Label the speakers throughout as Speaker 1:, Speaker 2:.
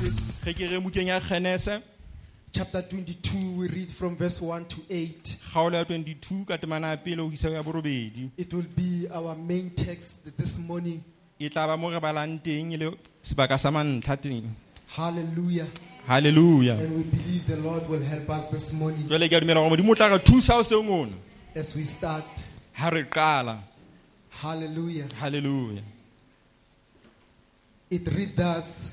Speaker 1: ke re bukeng ya kgenese
Speaker 2: Chapter 22, we read from verse 1 to 8.
Speaker 1: kgaolo ya 22 ka temana ya pele ho isa ho ya borobedi
Speaker 2: It will be our main text this morning.
Speaker 1: e tla ba mo re balang teng e le sebaka sa mantlha teng
Speaker 2: Hallelujah.
Speaker 1: halleluya
Speaker 2: And we believe the Lord will help us this morning
Speaker 1: jwale ke a dumela gore modimo o tla re thusa o seng ona
Speaker 2: as we start.
Speaker 1: ha re qala
Speaker 2: Hallelujah.
Speaker 1: halleluya
Speaker 2: It reads thus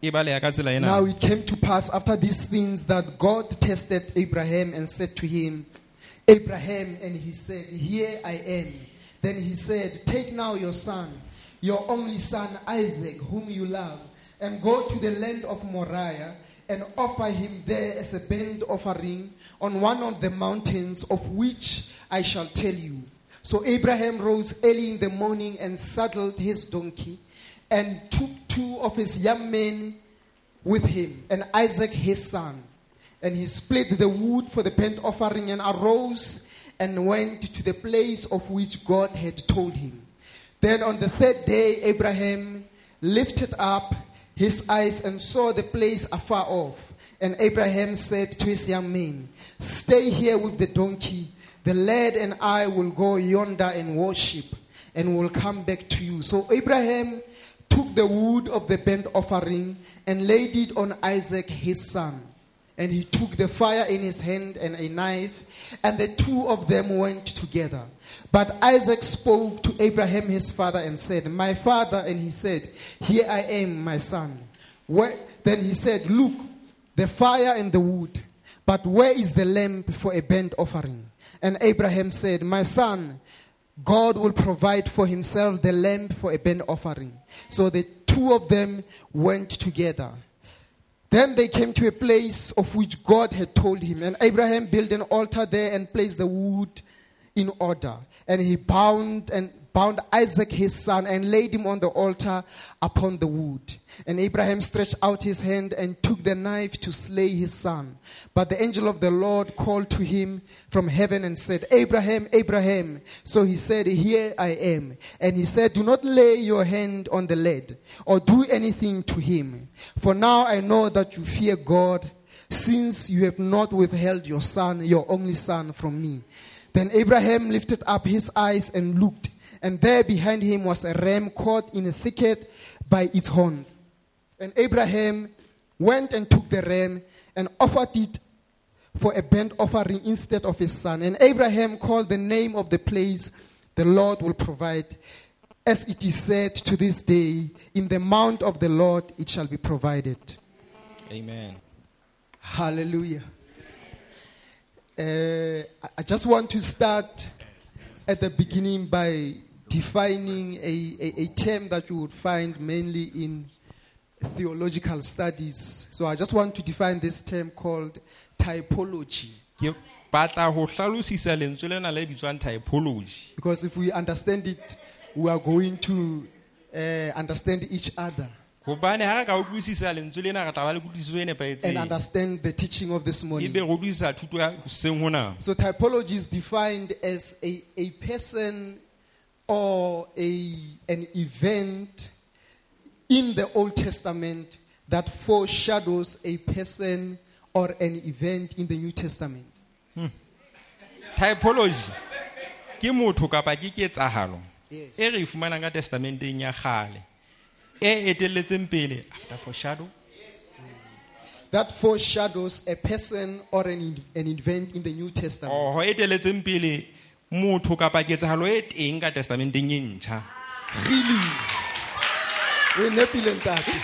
Speaker 1: e baleya ka tsela
Speaker 2: Now
Speaker 1: ena
Speaker 2: it came to pass after these things that God tested Abraham and said to him, Abraham, and he said, Here I am. Then he said, Take now your son, your only son Isaac, whom you love, and go to the land of Moriah and offer him there as a burnt offering on one of the mountains of which I shall tell you. So Abraham rose early in the morning and saddled his donkey and took two of his young men with him and Isaac his son. And he split the wood for the burnt offering and arose and went to the place of which God had told him. Then on the third day, Abraham lifted up his eyes and saw the place afar off. And Abraham said to his young men, Stay here with the donkey. The lad and I will go yonder and worship and will come back to you. So Abraham took the wood of the burnt offering and laid it on Isaac his son. And he took the fire in his hand and a knife, and the two of them went together. But Isaac spoke to Abraham his father and said, My father, and he said, Here I am, my son. Where, then he said, Look, the fire and the wood, but where is the lamb for a burnt offering? And Abraham said, My son, God will provide for himself the lamb for a burnt offering. So the two of them went together. Then they came to a place of which God had told him, and Abraham built an altar there and placed the wood in order. And he bound and bound Isaac his son and laid him on the altar upon the wood. And Abraham stretched out his hand and took the knife to slay his son. But the angel of the Lord called to him from heaven and said, Abraham, Abraham. So he said, Here I am. And he said, Do not lay your hand on the lead or do anything to him. For now I know that you fear God, since you have not withheld your son, your only son, from me. Then Abraham lifted up his eyes and looked, and there behind him was a ram caught in a thicket by its horns. And Abraham went and took the ram and offered it for a burnt offering instead of his son. And Abraham called the name of the place, The Lord will provide. As it is said to this day, In the mount of the Lord it shall be provided.
Speaker 1: amen
Speaker 2: Hallelujah. Uh, I- I just want to start at the beginning by defining a, a, a term that you would find mainly in theological studies. So I just want to define this term called typology.
Speaker 1: ke batla ho hlalosisa lentswe lena le bitswang typology
Speaker 2: Because if we understand it, we are going to uh, understand each other
Speaker 1: gobane ha re ka utlwisisa lentswe lena re tla ba le kutlwisiso e
Speaker 2: and
Speaker 1: nepagetseng
Speaker 2: understand the teaching of this
Speaker 1: e be
Speaker 2: morning.
Speaker 1: re utlwisisa thuto ya hoseng hona
Speaker 2: So typology is defined as a, a person or a, an event in the Old Testament that foreshadows a person or an event in the New Testament.
Speaker 1: typology ke motho kapa ke ketsahalo
Speaker 2: Yes.
Speaker 1: e re e fumanang ka testamenteng ya kgale e etelletseng pele after foreshadow
Speaker 2: That foreshadows a person or an, an event in the New Testament.
Speaker 1: or ho etelletseng e pele motho kapa ketsahalo e teng ka testamenteng e ntjha
Speaker 2: Really? We nepile ntate.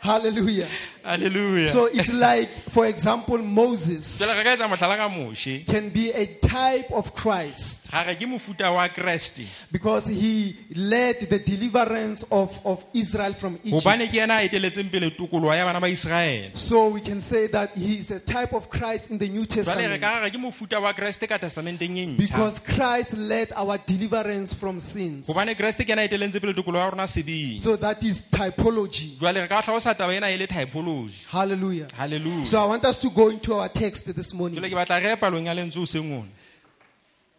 Speaker 2: Hallelujah.
Speaker 1: halleluja
Speaker 2: So it's like, for example, Moses
Speaker 1: jale re ka etsa mohlala ka moshe
Speaker 2: can be a type of Christ.
Speaker 1: ga re ke mofuta wa kreste
Speaker 2: Because he led the deliverance of, of Israel from Egypt.
Speaker 1: gobane ke yena a etelletseng pele tokoloho ya bana ba iseraele
Speaker 2: So we can say that he is a type of Christ in the New
Speaker 1: jale re
Speaker 2: Testament.
Speaker 1: ka re ke mofuta wa kreste ka testamenteng e ntjha
Speaker 2: Because Christ led our deliverance from sins.
Speaker 1: gobane kreste ke yena a etellentse pele tokoloho ya rona sebeng
Speaker 2: So that is typology.
Speaker 1: jwale re ka tlhalosa taba ena e le typology
Speaker 2: Hallelujah.
Speaker 1: halleluja
Speaker 2: So I want us to go into our text this
Speaker 1: jwale
Speaker 2: morning.
Speaker 1: ke batla re palong ya lentswe o seng ona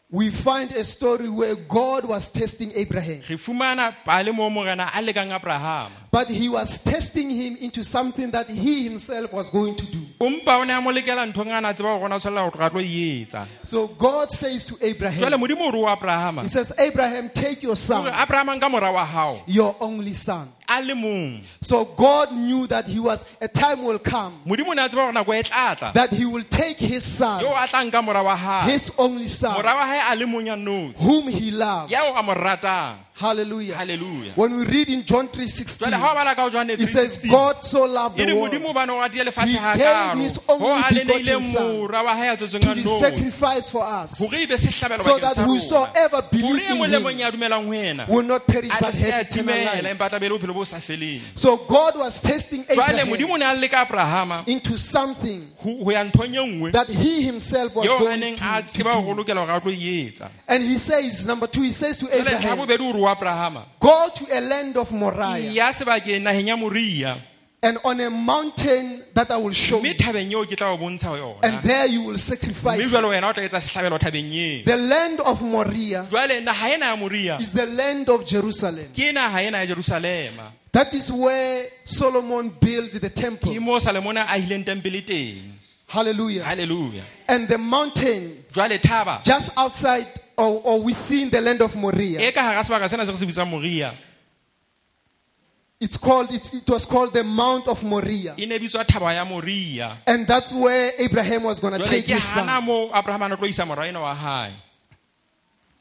Speaker 2: we find a story where God was testing Abraham.
Speaker 1: re fumana pale moo morena a lekang abrahama
Speaker 2: But he was testing him into something that he himself was going to do.
Speaker 1: o mpa o ne a mo lekela nthong a na tseba go gona o tshwanela go tloga tlo e etsa
Speaker 2: So God says to
Speaker 1: jale ah.
Speaker 2: Abraham,
Speaker 1: modimo o re o abrahama
Speaker 2: He says, Abraham, take your
Speaker 1: ore
Speaker 2: son,
Speaker 1: abrahamang ka mora wa gago
Speaker 2: your only son.
Speaker 1: a le mong
Speaker 2: So God knew that he was, a time will come
Speaker 1: modimo o ne a tseba gore nako e tlatla
Speaker 2: that he will take his
Speaker 1: yo ah.
Speaker 2: son,
Speaker 1: a tlang ka mora wa gae
Speaker 2: his only
Speaker 1: mora
Speaker 2: son,
Speaker 1: wa gae a le mong ya nnotsi
Speaker 2: whom he loved.
Speaker 1: yao a mo ratang
Speaker 2: Hallelujah.
Speaker 1: halleluja
Speaker 2: When we read in John
Speaker 1: jale ga
Speaker 2: 3:16,
Speaker 1: o bala ka o jwane
Speaker 2: it says, God so loved
Speaker 1: e
Speaker 2: the
Speaker 1: re
Speaker 2: world
Speaker 1: modimo o bane o ratile lefatshe
Speaker 2: He
Speaker 1: ga
Speaker 2: gave
Speaker 1: karo
Speaker 2: his
Speaker 1: go
Speaker 2: only
Speaker 1: a leneile
Speaker 2: begotten son
Speaker 1: mora wa gae a tsotseng
Speaker 2: to
Speaker 1: a
Speaker 2: be
Speaker 1: notsi
Speaker 2: sacrificed for us,
Speaker 1: gore e be setlhabelo
Speaker 2: so
Speaker 1: bakeng
Speaker 2: that
Speaker 1: sa rona
Speaker 2: whosoever
Speaker 1: gore
Speaker 2: believes
Speaker 1: e
Speaker 2: in
Speaker 1: mong le mong
Speaker 2: him
Speaker 1: ya dumelang ho ena
Speaker 2: will not perish
Speaker 1: a
Speaker 2: but
Speaker 1: ka se
Speaker 2: have
Speaker 1: a
Speaker 2: eternal
Speaker 1: timela
Speaker 2: life.
Speaker 1: empa tabele bophelo bo sa feleng
Speaker 2: So God was testing
Speaker 1: jale
Speaker 2: Abraham
Speaker 1: modimo o ne a le ka abrahama
Speaker 2: into something
Speaker 1: ho ho ya nthong e nngwe
Speaker 2: that he himself was
Speaker 1: yeo a
Speaker 2: going
Speaker 1: neng a
Speaker 2: to, to
Speaker 1: tseba go
Speaker 2: do.
Speaker 1: lokela gore a tlo e etsa
Speaker 2: And he says, number two, he says to
Speaker 1: jale ntlha ya
Speaker 2: Abraham,
Speaker 1: bobedi o re o abrahama
Speaker 2: go to a land of Moriah
Speaker 1: ya sebakeng nageng ya moria
Speaker 2: and on a mountain that I will show you.
Speaker 1: mme thabeng eo ke tla o bontsha
Speaker 2: And
Speaker 1: yona
Speaker 2: there you will
Speaker 1: mme
Speaker 2: sacrifice.
Speaker 1: jalo wena o tla etsa setlhabelo thabeng eo
Speaker 2: The land of Moriah
Speaker 1: jale naga ena ya moria
Speaker 2: is the land of Jerusalem.
Speaker 1: ke naga ena ya jerusalema
Speaker 2: That is where Solomon built the
Speaker 1: ke
Speaker 2: temple.
Speaker 1: mo salemone a agileng tempele teng
Speaker 2: Hallelujah.
Speaker 1: halleluja
Speaker 2: And the mountain
Speaker 1: jwale thaba
Speaker 2: just outside or, or within the land of Moriah.
Speaker 1: e ka gara sebaka sena se re se bitsang moria
Speaker 2: It's called it, it was called the Mount of Moriah.
Speaker 1: e ne bitswa thaba ya moria
Speaker 2: And that's where Abraham was going to
Speaker 1: jwale
Speaker 2: take
Speaker 1: ke
Speaker 2: his
Speaker 1: hana
Speaker 2: son.
Speaker 1: mo abrahamane o tlo isa mora ena wa gae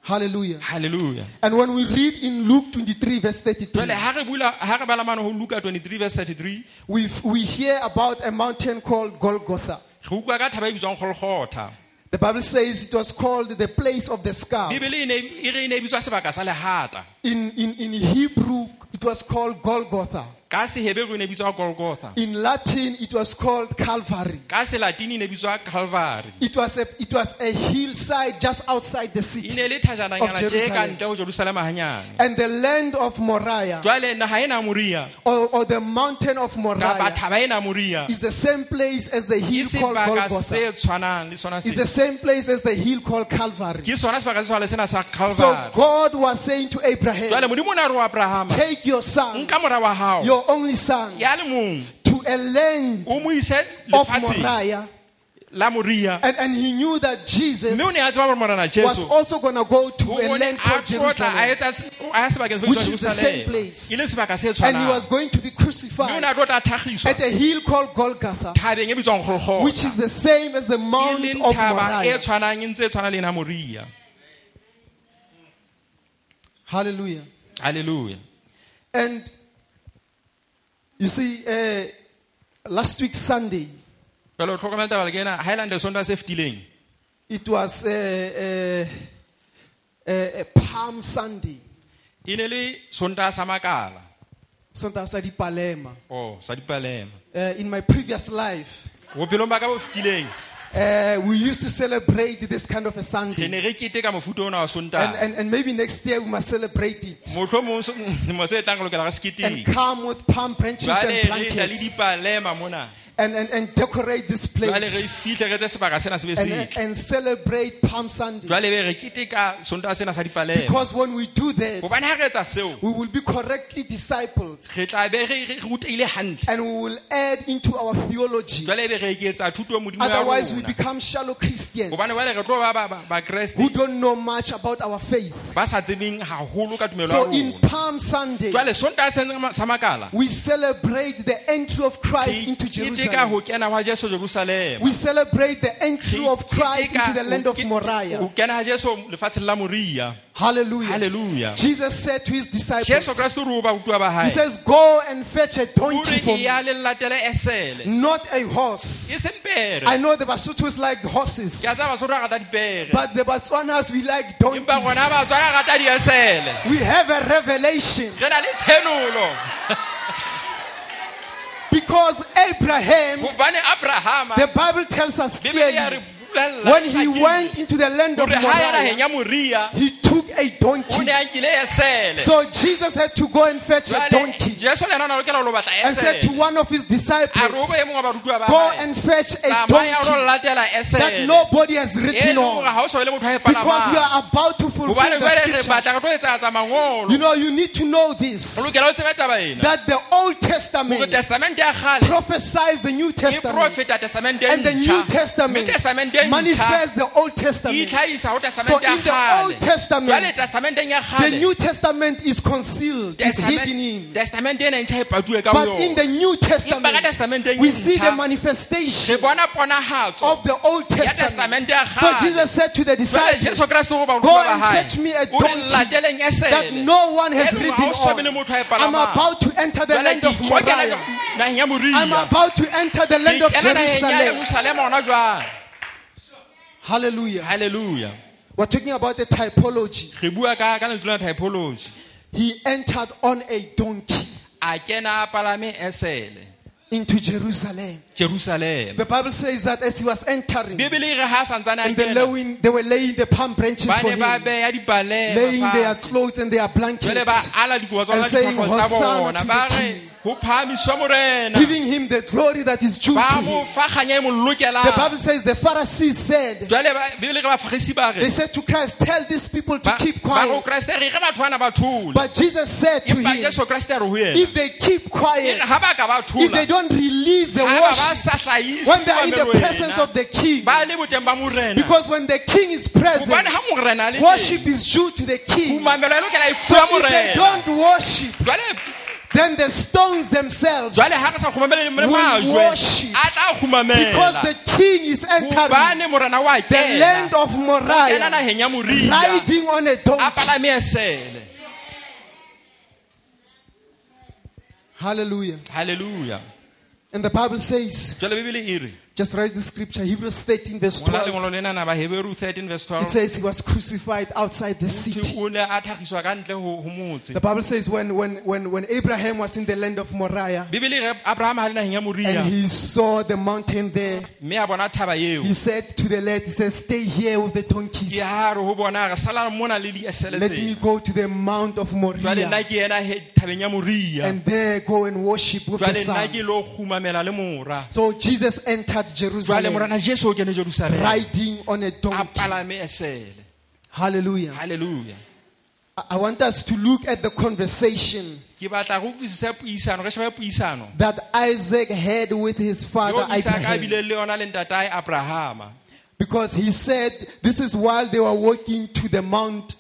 Speaker 2: Hallelujah.
Speaker 1: halleluja
Speaker 2: And when we read in Luke 23 verse 32,
Speaker 1: jwale ga re bula ga re bala mane go luka 23 verse 33
Speaker 2: we we hear about a mountain called Golgotha.
Speaker 1: re utlwa ka thaba e bitswang golgotha
Speaker 2: The Bible says it was called the place of the skull.
Speaker 1: bebele e ne- e re e ne e bitswa sebaka sa lehata
Speaker 2: In, in, in Hebrew, it was called Golgotha.
Speaker 1: ka sehebego e ne e bitswa golgotha
Speaker 2: In Latin, it was called Calvary.
Speaker 1: ka selatini e ne e bitswa calvary
Speaker 2: It was a, it was a hillside just outside the
Speaker 1: e ne
Speaker 2: city.
Speaker 1: e le thajananyana
Speaker 2: Of
Speaker 1: tee ka
Speaker 2: Jerusalem.
Speaker 1: ntle go jerusalema ganyana
Speaker 2: And the land of Moriah,
Speaker 1: jwale naga ena ya moria
Speaker 2: or, or the mountain of
Speaker 1: kapa
Speaker 2: Moriah,
Speaker 1: thaba ena ya moria
Speaker 2: is the same place as the
Speaker 1: ke
Speaker 2: hill called
Speaker 1: sebaka
Speaker 2: Golgotha.
Speaker 1: se tshwanang le sona
Speaker 2: It's
Speaker 1: se
Speaker 2: the same place as the hill called Calvary.
Speaker 1: ke sona sebaka se tshwana le sena
Speaker 2: So
Speaker 1: sa calvary
Speaker 2: God was saying to
Speaker 1: jwale
Speaker 2: Abraham,
Speaker 1: modimo o ne a re o abrahama
Speaker 2: take your son,
Speaker 1: nka mora wa gago
Speaker 2: your only son,
Speaker 1: ya le mong
Speaker 2: to a land
Speaker 1: o mo ise
Speaker 2: of
Speaker 1: lefatsheng
Speaker 2: Moriah.
Speaker 1: la moria
Speaker 2: And, and he knew that Jesus
Speaker 1: mme o ne a tseba gore morana
Speaker 2: was
Speaker 1: jesu
Speaker 2: also going to go to
Speaker 1: o
Speaker 2: a
Speaker 1: ne
Speaker 2: land
Speaker 1: a
Speaker 2: called
Speaker 1: tlotla a
Speaker 2: Jerusalem.
Speaker 1: etsa se- o- a ya sebakeng se
Speaker 2: Which
Speaker 1: bitswang
Speaker 2: is the
Speaker 1: Jerusalem.
Speaker 2: same place.
Speaker 1: e le sebaka se
Speaker 2: And he was
Speaker 1: tshwanang
Speaker 2: going to be
Speaker 1: mme o ne
Speaker 2: crucified
Speaker 1: a tlotla a tlhagiswa
Speaker 2: at a hill called Golgotha,
Speaker 1: thabeng e bitswang golgotha
Speaker 2: which is the same as the
Speaker 1: e
Speaker 2: Mount
Speaker 1: leng
Speaker 2: of
Speaker 1: thaba e
Speaker 2: Moriah.
Speaker 1: tshwanang e ntse e tshwana le ena moria
Speaker 2: Hallelujah.
Speaker 1: halleluja
Speaker 2: And you see, uh, last week Sunday,
Speaker 1: jalo o tlhokomela taba leke ena e highland sonta se fetileng
Speaker 2: it was a, a, Palm Sunday,
Speaker 1: e ne le sonta sa makala
Speaker 2: Santa Sadi Palema.
Speaker 1: o sa dipalema
Speaker 2: Uh, in my previous life,
Speaker 1: bophelong ba ka bo fetileng
Speaker 2: uh, we used to celebrate this kind of a
Speaker 1: re
Speaker 2: Sunday.
Speaker 1: ne re kete ka mofuta ona wa
Speaker 2: And,
Speaker 1: sontaga
Speaker 2: and, and maybe next year we must celebrate it
Speaker 1: motlho mo se e tlang re lokela ga
Speaker 2: and
Speaker 1: seketeng
Speaker 2: come with palm branches and
Speaker 1: jale re tla le
Speaker 2: blankets
Speaker 1: dipalema mona
Speaker 2: and, and, and decorate this
Speaker 1: jale re
Speaker 2: place
Speaker 1: fitlhe re tse sebaka sena se be
Speaker 2: and, uh, and,
Speaker 1: setle
Speaker 2: and celebrate Palm Sunday.
Speaker 1: jale be re kete ka sontaga sena sa dipalema
Speaker 2: Because when we do that,
Speaker 1: gobane ga re etsa seo
Speaker 2: we will be correctly discipled
Speaker 1: re tla be re re ruteile gantle
Speaker 2: and we will add into our theology.
Speaker 1: jale be re eketsa thuto modimo ya
Speaker 2: Otherwise, we
Speaker 1: rona
Speaker 2: become shallow Christians
Speaker 1: gobane jale re tlo ba ba- ba-
Speaker 2: who
Speaker 1: bakreste
Speaker 2: don't know much about our faith.
Speaker 1: ba sa tsebeng gagolo ka tumelo ya
Speaker 2: So, in
Speaker 1: rona
Speaker 2: Palm Sunday,
Speaker 1: jale sontaga se- sa makala
Speaker 2: we celebrate the entry of Christ into
Speaker 1: keteka
Speaker 2: Jerusalem.
Speaker 1: ho kena wa jesu jerusalema
Speaker 2: We celebrate the entry of Christ into the land of
Speaker 1: ho
Speaker 2: Moriah.
Speaker 1: kena ha jesu lefatsheng la moria
Speaker 2: Hallelujah.
Speaker 1: halleluja
Speaker 2: Jesus said to his
Speaker 1: jesu
Speaker 2: disciples,
Speaker 1: kreste o re ho bautwa ba
Speaker 2: He
Speaker 1: hae
Speaker 2: says, Go and fetch a
Speaker 1: o
Speaker 2: donkey for
Speaker 1: re e
Speaker 2: me,
Speaker 1: ya le latele esele
Speaker 2: not a horse.
Speaker 1: e seng pere
Speaker 2: I know the Basutus like horses,
Speaker 1: ke a tsaya basotho a rata dipere
Speaker 2: but the Botswanas, we like
Speaker 1: empa
Speaker 2: donkeys.
Speaker 1: rona batswana a rata diesele
Speaker 2: We have a revelation
Speaker 1: re na le tshenolo
Speaker 2: because Abraham,
Speaker 1: gobane abrahama
Speaker 2: the Bible tells us
Speaker 1: bebele ya re
Speaker 2: clearly,
Speaker 1: bulella
Speaker 2: when he
Speaker 1: hlakeng
Speaker 2: went into the land of
Speaker 1: hore ha ya
Speaker 2: Moriah,
Speaker 1: naheng ya moria
Speaker 2: he took took a
Speaker 1: o
Speaker 2: donkey.
Speaker 1: ne a nkile esele
Speaker 2: So Jesus had to go and fetch a
Speaker 1: Jwale,
Speaker 2: donkey
Speaker 1: jesu le yena o ne a lokela ho lo batla
Speaker 2: and said to
Speaker 1: esele
Speaker 2: one of his
Speaker 1: a re o
Speaker 2: disciples,
Speaker 1: bo e mongwe wa barutwa ba
Speaker 2: Go
Speaker 1: hae,
Speaker 2: and fetch a
Speaker 1: tsamaya o lo
Speaker 2: donkey
Speaker 1: latela
Speaker 2: that
Speaker 1: esele
Speaker 2: nobody has
Speaker 1: e
Speaker 2: written
Speaker 1: leng hore
Speaker 2: on.
Speaker 1: ha o so be le motho a e
Speaker 2: Because we
Speaker 1: palamang
Speaker 2: are about to fulfill
Speaker 1: gobane
Speaker 2: the
Speaker 1: jale re batla
Speaker 2: scriptures.
Speaker 1: re tlo etsaetsa mangolo
Speaker 2: You know, you need to know
Speaker 1: o
Speaker 2: this
Speaker 1: lokela o tsebe taba ena
Speaker 2: that the Old
Speaker 1: gore
Speaker 2: Testament
Speaker 1: testamente ya kgale
Speaker 2: prophesies the New
Speaker 1: e
Speaker 2: Testament.
Speaker 1: profeta testamente e
Speaker 2: And the New
Speaker 1: ntjha. Mme
Speaker 2: Testament
Speaker 1: testamente e ntjha
Speaker 2: manifests the Old
Speaker 1: e
Speaker 2: Testament.
Speaker 1: itlhahisa ho
Speaker 2: So
Speaker 1: testamente ya
Speaker 2: in the Old
Speaker 1: kgale jale
Speaker 2: Testament,
Speaker 1: testamenteng ya
Speaker 2: the
Speaker 1: kgale
Speaker 2: New Testament is concealed, is hidden
Speaker 1: Testament-
Speaker 2: in.
Speaker 1: testamente ena e ntjha e paduwe ka
Speaker 2: But Oh, in
Speaker 1: boyona
Speaker 2: the New
Speaker 1: empa ka
Speaker 2: Testament,
Speaker 1: testamenteng
Speaker 2: we
Speaker 1: e
Speaker 2: see the
Speaker 1: ntjha re
Speaker 2: manifestation
Speaker 1: bona ponahatso
Speaker 2: of the Old Testament.
Speaker 1: testamente ya
Speaker 2: So
Speaker 1: kgale.
Speaker 2: Jesus said to the
Speaker 1: Jwale jesu
Speaker 2: disciples
Speaker 1: kreste go barutwa
Speaker 2: Go
Speaker 1: ba
Speaker 2: and
Speaker 1: hae
Speaker 2: fetch me a
Speaker 1: o re
Speaker 2: donkey
Speaker 1: lateleng e
Speaker 2: that
Speaker 1: esele
Speaker 2: no one has
Speaker 1: Jwale
Speaker 2: written
Speaker 1: ha o so be le
Speaker 2: on.
Speaker 1: motho a e
Speaker 2: I'm
Speaker 1: palamang.
Speaker 2: about to enter the
Speaker 1: Jwale
Speaker 2: land
Speaker 1: ke
Speaker 2: of
Speaker 1: ikgokela
Speaker 2: Moriah.
Speaker 1: ka- naheng ya Moria.
Speaker 2: I'm about to enter the
Speaker 1: Ke
Speaker 2: land of
Speaker 1: ikena naheng ya
Speaker 2: Jerusalem.
Speaker 1: Jerusalem hona jwale.
Speaker 2: Hallelujah.
Speaker 1: Hallelujah.
Speaker 2: We're talking about the typology.
Speaker 1: re bua ka ka lentswe la typology
Speaker 2: He entered on a donkey
Speaker 1: a kena a palame e esele
Speaker 2: into Jerusalem.
Speaker 1: jerusalema
Speaker 2: The Bible says that as he was entering,
Speaker 1: bibele e re ha a santsane a
Speaker 2: and they,
Speaker 1: kena
Speaker 2: laying, they were laying the palm branches
Speaker 1: ba
Speaker 2: for
Speaker 1: ne ba
Speaker 2: him,
Speaker 1: beya
Speaker 2: laying their
Speaker 1: dipalema
Speaker 2: clothes and their
Speaker 1: jele
Speaker 2: blankets,
Speaker 1: ba ala dikobo tsa
Speaker 2: and
Speaker 1: bona
Speaker 2: saying,
Speaker 1: diphahlo tsa
Speaker 2: "Hosanna
Speaker 1: bona
Speaker 2: to
Speaker 1: ba
Speaker 2: the
Speaker 1: re
Speaker 2: King."
Speaker 1: ho phahamiswa morena
Speaker 2: giving him the glory that is due to
Speaker 1: ba mo
Speaker 2: him.
Speaker 1: fa kganya e mo
Speaker 2: The
Speaker 1: lokelang
Speaker 2: Bible says the Pharisees said,
Speaker 1: jale bibele e re bafagisi ba
Speaker 2: They
Speaker 1: re
Speaker 2: said to Christ, Tell these people to
Speaker 1: ba
Speaker 2: keep
Speaker 1: ba re
Speaker 2: quiet.
Speaker 1: kreste re ge batho bana ba thula
Speaker 2: But Jesus said to
Speaker 1: empa
Speaker 2: him,
Speaker 1: jesu kreste a re ho yena
Speaker 2: If they keep
Speaker 1: e
Speaker 2: quiet,
Speaker 1: re ha ba ka ba
Speaker 2: if they
Speaker 1: thula
Speaker 2: don't release the
Speaker 1: ha ba ba
Speaker 2: worship
Speaker 1: sa hlahise
Speaker 2: when they are in the
Speaker 1: mamelong
Speaker 2: presence
Speaker 1: ena,
Speaker 2: of the king,
Speaker 1: ba le boteng ba morena
Speaker 2: because when the king is present,
Speaker 1: gobane ha morena a le teng,
Speaker 2: worship is due to the king.
Speaker 1: tumamelo e lokela e
Speaker 2: So
Speaker 1: fuwa
Speaker 2: if they
Speaker 1: morena
Speaker 2: don't worship,
Speaker 1: jwale
Speaker 2: then the stones themselves
Speaker 1: jwale ha re sa kgomamelele le
Speaker 2: Will
Speaker 1: majwe
Speaker 2: worship.
Speaker 1: a tla
Speaker 2: because the
Speaker 1: kgomamela
Speaker 2: king is entering
Speaker 1: gobane morena wa
Speaker 2: the land
Speaker 1: kena
Speaker 2: of
Speaker 1: kena
Speaker 2: Moriah
Speaker 1: nageng ya moria
Speaker 2: riding on a
Speaker 1: a
Speaker 2: donkey.
Speaker 1: palame esele
Speaker 2: Hallelujah.
Speaker 1: halleluja
Speaker 2: And the Bible says,
Speaker 1: jwale bebele e re
Speaker 2: just write the scripture, Hebrews 13, verse
Speaker 1: ngwana
Speaker 2: 12.
Speaker 1: lengolo lenana baheberu 13 verse
Speaker 2: It
Speaker 1: 12
Speaker 2: says he was crucified outside the
Speaker 1: Ke
Speaker 2: city.
Speaker 1: o ne a tlhagiswa ka ntle ho ho motse
Speaker 2: The Bible says when, when, when, when Abraham was in the land of Moriah
Speaker 1: bibele e re abrahama a le nageng ya moria
Speaker 2: and he saw the mountain there,
Speaker 1: mme a bona thaba eo
Speaker 2: he said to the lad, he said, stay here with the donkeys.
Speaker 1: ke ha re ho bona re sala mona le diesele
Speaker 2: Let me
Speaker 1: tsena
Speaker 2: go to the mount of
Speaker 1: jwale nna
Speaker 2: Moriah
Speaker 1: ke ena he thabeng ya moria
Speaker 2: and there go and worship with the
Speaker 1: jwale nna ke
Speaker 2: sun.
Speaker 1: lo humamela le mora
Speaker 2: So Jesus entered
Speaker 1: jwale
Speaker 2: Jerusalem
Speaker 1: morana jesu o kene jerusalem
Speaker 2: riding on a
Speaker 1: a
Speaker 2: donkey.
Speaker 1: palame esele
Speaker 2: Hallelujah.
Speaker 1: halleluja
Speaker 2: I- I want us to look at the conversation
Speaker 1: ke batla go utlwisisa puisano re shebe puisano
Speaker 2: that Isaac had with his father
Speaker 1: yo isaka a
Speaker 2: Abraham.
Speaker 1: bile le yona le ntatae abrahama
Speaker 2: Because he said, this is while they were walking to the mount,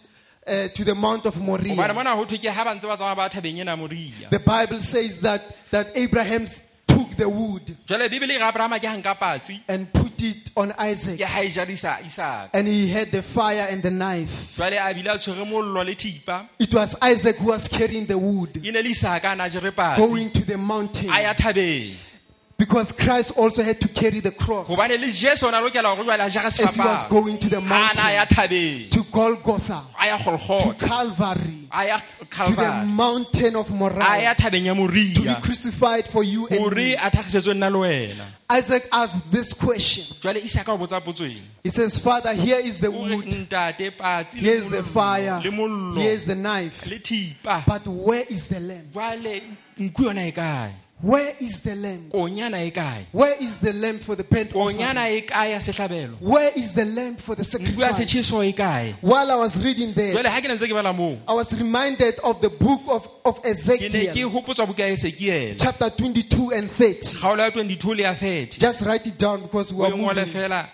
Speaker 2: uh, to the mount of
Speaker 1: gobane
Speaker 2: Moriah.
Speaker 1: mona go thwe ke ga ba ntse ba tsamaya ba thabeng ena moria
Speaker 2: The Bible says that, that Abraham s- took the wood
Speaker 1: jwale bibele e re abrahama ke ganka patsi
Speaker 2: and put it on Isaac.
Speaker 1: ke ga e jadisa isaka
Speaker 2: And he had the fire and the knife.
Speaker 1: jwale a bile a tshwere mollo le thipa
Speaker 2: It was Isaac who was carrying the wood,
Speaker 1: e ne le isaka a ne a jere patsi
Speaker 2: going to the mountain.
Speaker 1: a ya thabeng
Speaker 2: Because Christ also had to carry the cross
Speaker 1: gobane le jesu o ne a lokela gore jale a jara
Speaker 2: as he was
Speaker 1: sefapao
Speaker 2: going to the
Speaker 1: a ne a ya
Speaker 2: mountain,
Speaker 1: thabeng
Speaker 2: to Golgotha,
Speaker 1: a ya
Speaker 2: to
Speaker 1: golgota
Speaker 2: Calvary,
Speaker 1: a ya
Speaker 2: to the
Speaker 1: Oh. calvary
Speaker 2: mountain of
Speaker 1: a ya
Speaker 2: Moriah,
Speaker 1: thabeng ya
Speaker 2: to be
Speaker 1: moria
Speaker 2: crucified for you and me.
Speaker 1: gore a tlhagisetswe nna le wena
Speaker 2: Isaac asked this question.
Speaker 1: jwale isaka o botsa potsweng
Speaker 2: He says, Father, here is the
Speaker 1: o re
Speaker 2: wood,
Speaker 1: ntate patsi le
Speaker 2: here is the
Speaker 1: mollo,
Speaker 2: fire,
Speaker 1: le mollo
Speaker 2: here is the knife.
Speaker 1: le thipa
Speaker 2: But where is the lamb?
Speaker 1: jwale nku yona e kae
Speaker 2: Where is the lamb?
Speaker 1: konyana e kae
Speaker 2: Where is the lamb for the burnt offering?
Speaker 1: konyana e kae ya setlhabelo
Speaker 2: Where is the lamb for the
Speaker 1: nku ya
Speaker 2: sacrifice?
Speaker 1: setšheso e kae
Speaker 2: While I was reading
Speaker 1: jwale
Speaker 2: there,
Speaker 1: ga ke ne ntse ke bala moo
Speaker 2: I was reminded of the book of, of
Speaker 1: ke ne ke
Speaker 2: Ezekiel,
Speaker 1: hopotswa buka e sekiela
Speaker 2: chapter 22 and 30.
Speaker 1: kgaolo ya 22 le ya 30
Speaker 2: Just write it down because we
Speaker 1: o
Speaker 2: are
Speaker 1: e ngole
Speaker 2: moving.
Speaker 1: fela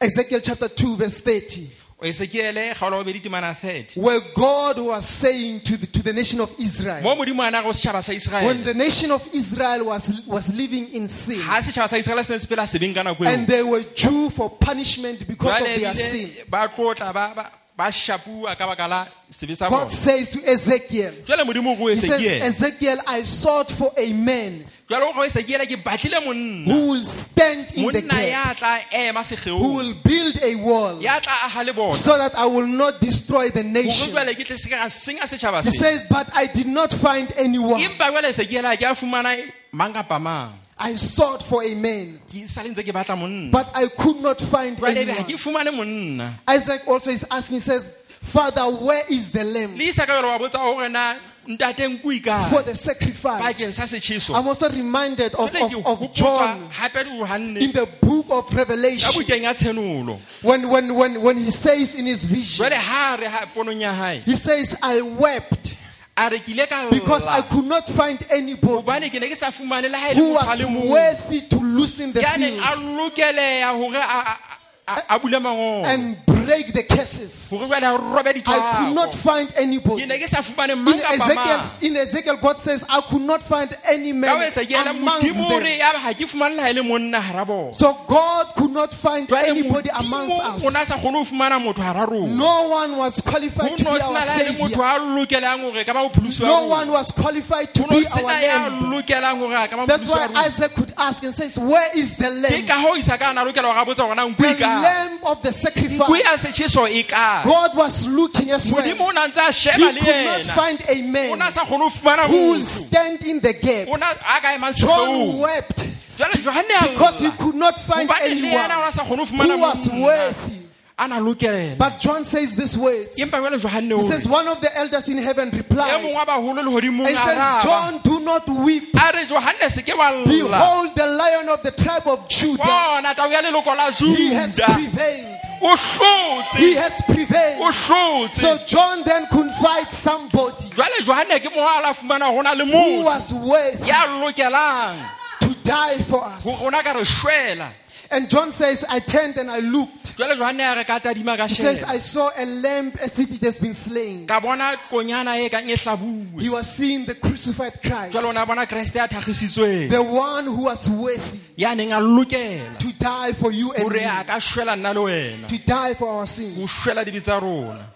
Speaker 2: Ezekiel chapter 2, verse 30,
Speaker 1: esekiele kgaolo ya bobedi temana 30
Speaker 2: where God was saying to the, to the nation of Israel,
Speaker 1: mo modimo a na go setšhaba sa
Speaker 2: when
Speaker 1: iseraele
Speaker 2: the nation of Israel was, was living in sin
Speaker 1: ga setšhaba sa iseraele se ne se phela sebeng ka nako
Speaker 2: and
Speaker 1: eo
Speaker 2: they were due for punishment because of
Speaker 1: Jwale
Speaker 2: their sin.
Speaker 1: ebile ba tlotla ba- ba- ba shapua ka baka la sebe sa
Speaker 2: God
Speaker 1: bona
Speaker 2: says to Ezekiel,
Speaker 1: jale modimo go
Speaker 2: He says,
Speaker 1: esekiele
Speaker 2: Ezekiel, I sought for a man
Speaker 1: jale go esekiele ke batlile monna
Speaker 2: who will stand in the
Speaker 1: monna
Speaker 2: gap,
Speaker 1: ya tla
Speaker 2: who
Speaker 1: ema segeong
Speaker 2: will build a wall
Speaker 1: ya tla aga le bona
Speaker 2: so that I will not destroy the
Speaker 1: gore
Speaker 2: nation.
Speaker 1: jale ke tle se ka ga senya setšhaba
Speaker 2: He
Speaker 1: se
Speaker 2: says, But I did not find anyone.
Speaker 1: empa jale esekiele ke a fumana mang kapa mang
Speaker 2: I sought for a man,
Speaker 1: ke sale ntse ke batla monna
Speaker 2: but I could not find
Speaker 1: jale ebe ga ke
Speaker 2: anyone.
Speaker 1: fumane monna
Speaker 2: Isaac also is asking, he says, Father, where is the lamb
Speaker 1: le isaka yona wa botsa gore na ntate nku
Speaker 2: for
Speaker 1: ikae
Speaker 2: the
Speaker 1: bakeng sa
Speaker 2: sacrifice?
Speaker 1: setšhiso
Speaker 2: I'm also reminded of,
Speaker 1: Jwale ke
Speaker 2: of, of
Speaker 1: hopotsa
Speaker 2: John
Speaker 1: hape le
Speaker 2: in
Speaker 1: Yohane
Speaker 2: the book of
Speaker 1: ka
Speaker 2: Revelation
Speaker 1: bukeng ya tshenolo
Speaker 2: when, when, when, when he says in his vision,
Speaker 1: jale ha a re ha- ponong ya hae
Speaker 2: he says, I wept
Speaker 1: a re kile ka
Speaker 2: because I
Speaker 1: lla
Speaker 2: could not find anybody
Speaker 1: gobane ke ne ke sa fumane le ha e le
Speaker 2: who
Speaker 1: motho a
Speaker 2: was
Speaker 1: le mong
Speaker 2: worthy to loosen the
Speaker 1: ya neng a
Speaker 2: seals
Speaker 1: lokeleya gore a- a- a- a bule mangolo
Speaker 2: and break the curses.
Speaker 1: gore jale a robe
Speaker 2: I could not
Speaker 1: ditwako
Speaker 2: find anybody.
Speaker 1: ke ne ke sa fumane
Speaker 2: In
Speaker 1: mang kapa mang
Speaker 2: Ezekiel, in Ezekiel, God says, I could not find any
Speaker 1: ka
Speaker 2: man
Speaker 1: oesekeela
Speaker 2: amongst
Speaker 1: modimo ore
Speaker 2: them.
Speaker 1: ya ga ke fumane le ha e le monna gara bona
Speaker 2: So God could not find
Speaker 1: jale
Speaker 2: anybody amongst
Speaker 1: modimo o ne a
Speaker 2: us.
Speaker 1: sa kgone go fumana motho gara rona
Speaker 2: No one was qualified
Speaker 1: go
Speaker 2: to be
Speaker 1: no
Speaker 2: our
Speaker 1: sena le ha e le motho
Speaker 2: savior.
Speaker 1: a lokelang gore ka ba mopholosi wa
Speaker 2: No one
Speaker 1: rona
Speaker 2: was qualified to
Speaker 1: go no
Speaker 2: be our
Speaker 1: sena ya
Speaker 2: lamb.
Speaker 1: lokelang gore a ka ba
Speaker 2: That's
Speaker 1: mopholosi
Speaker 2: why
Speaker 1: wa rona
Speaker 2: Isaac could ask and says, Where is the
Speaker 1: ke
Speaker 2: lamb?
Speaker 1: ka go isaka a na lokela go ga botsa gona nku
Speaker 2: The
Speaker 1: ikae
Speaker 2: lamb of the
Speaker 1: nku
Speaker 2: sacrifice.
Speaker 1: ya setšheso e kae
Speaker 2: God was looking as
Speaker 1: modimo
Speaker 2: well.
Speaker 1: o ne a ntse
Speaker 2: He
Speaker 1: a sheba
Speaker 2: could
Speaker 1: le
Speaker 2: not
Speaker 1: ena
Speaker 2: find a
Speaker 1: o ne a
Speaker 2: man
Speaker 1: sa kgone go fumana
Speaker 2: who will
Speaker 1: motho
Speaker 2: stand in the gap.
Speaker 1: o ne a ka emang
Speaker 2: John
Speaker 1: setlhong
Speaker 2: wept
Speaker 1: jale johanne a
Speaker 2: because he
Speaker 1: lla
Speaker 2: could not find
Speaker 1: gobane le ena o ne a
Speaker 2: anyone
Speaker 1: sa kgone go fumana
Speaker 2: who was
Speaker 1: monna
Speaker 2: worthy.
Speaker 1: a na lokela
Speaker 2: But John says these words. He
Speaker 1: empa jale johanne o
Speaker 2: says, One of the elders in heaven
Speaker 1: e
Speaker 2: replied
Speaker 1: mongwe wa baholo legodimong
Speaker 2: and
Speaker 1: a
Speaker 2: says,
Speaker 1: raba
Speaker 2: John, do not weep.
Speaker 1: a re johane se ke wa lla
Speaker 2: Behold, the lion of the tribe of Judah.
Speaker 1: bona tao ya leloko la
Speaker 2: He has
Speaker 1: juda
Speaker 2: prevailed.
Speaker 1: o
Speaker 2: He
Speaker 1: tlotse
Speaker 2: has prevailed.
Speaker 1: o tlotse
Speaker 2: So John then could find somebody
Speaker 1: jwale johane ke mowa a la fumana gona le
Speaker 2: who
Speaker 1: motho
Speaker 2: was worthy
Speaker 1: ya lokelang
Speaker 2: to die for
Speaker 1: go
Speaker 2: us.
Speaker 1: rona ka re shwela
Speaker 2: And John says, I turned and I looked.
Speaker 1: jwale johane ya re ka tadima ka
Speaker 2: He says,
Speaker 1: shela
Speaker 2: I saw a lamb as if it has been slain.
Speaker 1: ka bona konyana e kang e tlabue
Speaker 2: He was seeing the crucified Christ,
Speaker 1: jwale o ne a bona keresete ya thagisitsweng
Speaker 2: the one who was worthy
Speaker 1: ya neng a lokela
Speaker 2: to die for you and
Speaker 1: gore
Speaker 2: me,
Speaker 1: a ka shwela nna le wena
Speaker 2: to die for our
Speaker 1: o
Speaker 2: sins.
Speaker 1: shwela dibi tsa rona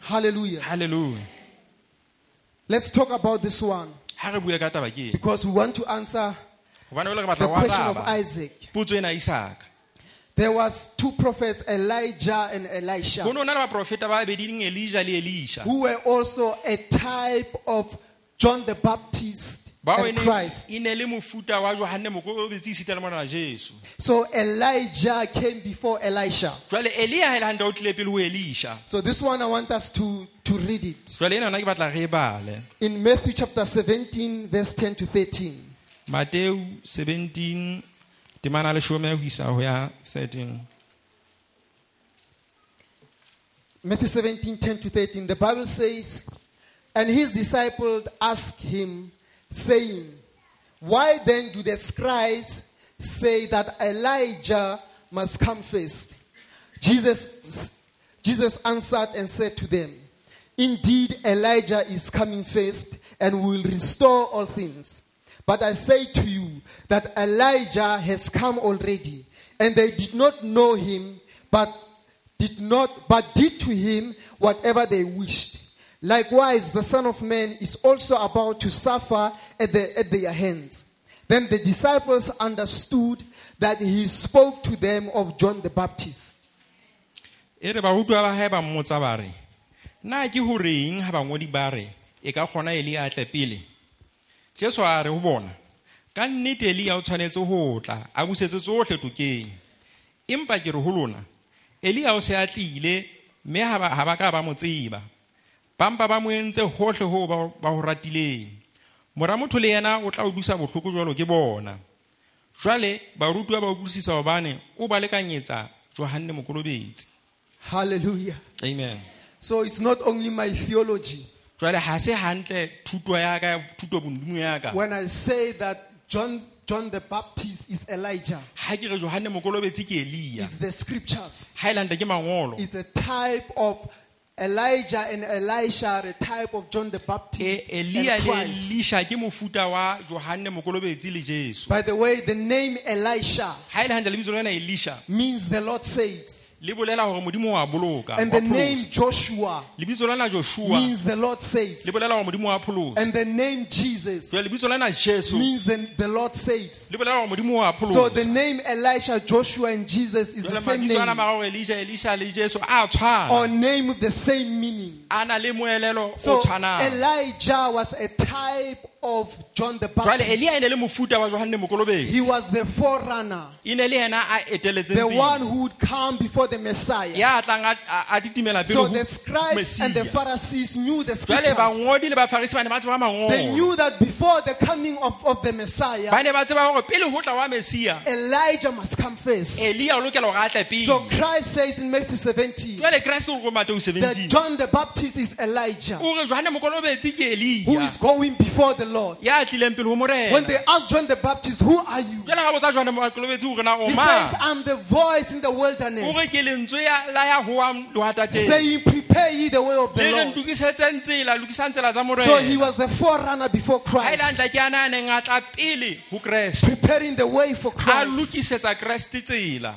Speaker 2: Hallelujah.
Speaker 1: halleluja
Speaker 2: Let's talk about this one
Speaker 1: ha re bue ka taba ke ena.
Speaker 2: because we want to answer
Speaker 1: gobane o le re
Speaker 2: the
Speaker 1: batla go
Speaker 2: question of
Speaker 1: araba
Speaker 2: Isaac.
Speaker 1: potso ena isaka
Speaker 2: There was two prophets, Elijah and Elisha.
Speaker 1: go ne o na le baprofeta ba bediding elija le elisha
Speaker 2: who were also a type of John the Baptist
Speaker 1: bao e
Speaker 2: and
Speaker 1: ne-
Speaker 2: Christ.
Speaker 1: e ne le mofuta wa johanne moko o betse isita le monana jesu
Speaker 2: So Elijah came before Elisha.
Speaker 1: jwale elia e le hantle o tlile pele ho elisha
Speaker 2: So this one I want us to, to read it.
Speaker 1: jwale ena yona ke batla re e bale
Speaker 2: In Matthew chapter 17, verse 10 to 13.
Speaker 1: mateo 17 temana leshome ho isa ho ya 13
Speaker 2: Matthew 17, 10 to 13. The Bible says, And his disciples asked him, saying, Why then do the scribes say that Elijah must come first? Jesus, Jesus answered and said to them, Indeed, Elijah is coming first and will restore all things. But I say to you that Elijah has come already, and they did not know him, but did not but did to him whatever they wished likewise the son of man is also about to suffer at, the, at their hands then the disciples understood that he spoke to them of john the baptist
Speaker 1: e re barutwa ba hae ba mmotsa ba re na ke ho reng ha bangwedi ba re e ka kgona elia a tle pele jesu a re ho bona ka nnete elia o tshwanetse ho tla a busetse tsohle tokeng empa ke re ho lona elia o se a tlile mme ha ba- ha ba ka ba mo tseba ba mpa ba mo entse hohle ho ba ba ho ratileng mora motho le yena o tla o dusa bohloko jwalo ke bona jwale barutwa ba utlwisisa hobane o ba lekanyetsa johanne mokolobetsi
Speaker 2: hallelujah
Speaker 1: amen
Speaker 2: so it's not only my theology
Speaker 1: jwale ha se hantle thuto ya ka thuto bondimo ya ka
Speaker 2: when i say that john john the baptist is elijah
Speaker 1: ha ke re johanne mokolobetsi ke elia
Speaker 2: it's the scriptures
Speaker 1: ha e lantle ke mangolo
Speaker 2: it's a type of elijah and elisha are a type of john the baptist
Speaker 1: e elia
Speaker 2: and
Speaker 1: le
Speaker 2: Christ.
Speaker 1: elisha ke mofuta wa johanne mokolobetsi le jesu
Speaker 2: By the way, the name Elisha
Speaker 1: ha e le hantle lebitso lena elisha
Speaker 2: means the Lord saves.
Speaker 1: le bolela hore modimo wa boloka
Speaker 2: And
Speaker 1: wa
Speaker 2: the name
Speaker 1: pholosa.
Speaker 2: Joshua
Speaker 1: lebitso lena joshua
Speaker 2: means the Lord
Speaker 1: le
Speaker 2: saves.
Speaker 1: bolela hore modimo wa pholosa
Speaker 2: And the name Jesus
Speaker 1: jwale lebitso lena jesu le
Speaker 2: means the, the Lord saves.
Speaker 1: bolela hore modimo wa
Speaker 2: So the
Speaker 1: pholosa
Speaker 2: name Elisha, Joshua, and Jesus is the
Speaker 1: jwale
Speaker 2: same
Speaker 1: mabitso ana
Speaker 2: name
Speaker 1: mararo elisha elisha le jesu a tshwana
Speaker 2: or name with the same meaning.
Speaker 1: a na le moelelo o
Speaker 2: So
Speaker 1: tshwanang
Speaker 2: Elijah was a type of John the
Speaker 1: jwale
Speaker 2: Baptist.
Speaker 1: elia e ne le mofuta wa johane mokolobedi
Speaker 2: He was the forerunner,
Speaker 1: e ne le yena a eteletseng
Speaker 2: the
Speaker 1: pele.
Speaker 2: one who would come before the Messiah.
Speaker 1: ya tlang a- a- a didimela pele
Speaker 2: So
Speaker 1: ho
Speaker 2: the scribes and the
Speaker 1: Messiah.
Speaker 2: Pharisees knew the
Speaker 1: jwale
Speaker 2: scriptures.
Speaker 1: bangodi le bafarisi ba ne ba tseba
Speaker 2: They
Speaker 1: mangolo
Speaker 2: knew that before the coming of, of the
Speaker 1: ba
Speaker 2: Messiah,
Speaker 1: ne ba tseba gore pele go tla wa mesia
Speaker 2: Elijah must come first.
Speaker 1: elia o lokela gore a tle pele
Speaker 2: So Christ says in Matthew 17
Speaker 1: jwale keresete o re ko mateo
Speaker 2: that
Speaker 1: 17
Speaker 2: John the Baptist is Elijah
Speaker 1: o re johane mokolobetsi ke
Speaker 2: who
Speaker 1: elia
Speaker 2: is going before the Lord.
Speaker 1: ya tlileng pele go
Speaker 2: When
Speaker 1: morena
Speaker 2: they asked John the Baptist, Who are you?
Speaker 1: jwale ga botsa johane mokolobetsi o re na
Speaker 2: He
Speaker 1: o
Speaker 2: says,
Speaker 1: mang
Speaker 2: I'm the voice in the
Speaker 1: o re
Speaker 2: wilderness
Speaker 1: ke lentswe ya- la ya goa loatateng
Speaker 2: saying, Prepare ye the way of the
Speaker 1: le re
Speaker 2: Lord.
Speaker 1: ntokisetseng tsela lokisang tsela tsa
Speaker 2: So he
Speaker 1: morena
Speaker 2: was the forerunner before
Speaker 1: ga e
Speaker 2: Christ,
Speaker 1: lantla ke ana a neng a tla pele go keresete
Speaker 2: preparing the way for
Speaker 1: a
Speaker 2: Christ.
Speaker 1: lokisetsa keresete tsela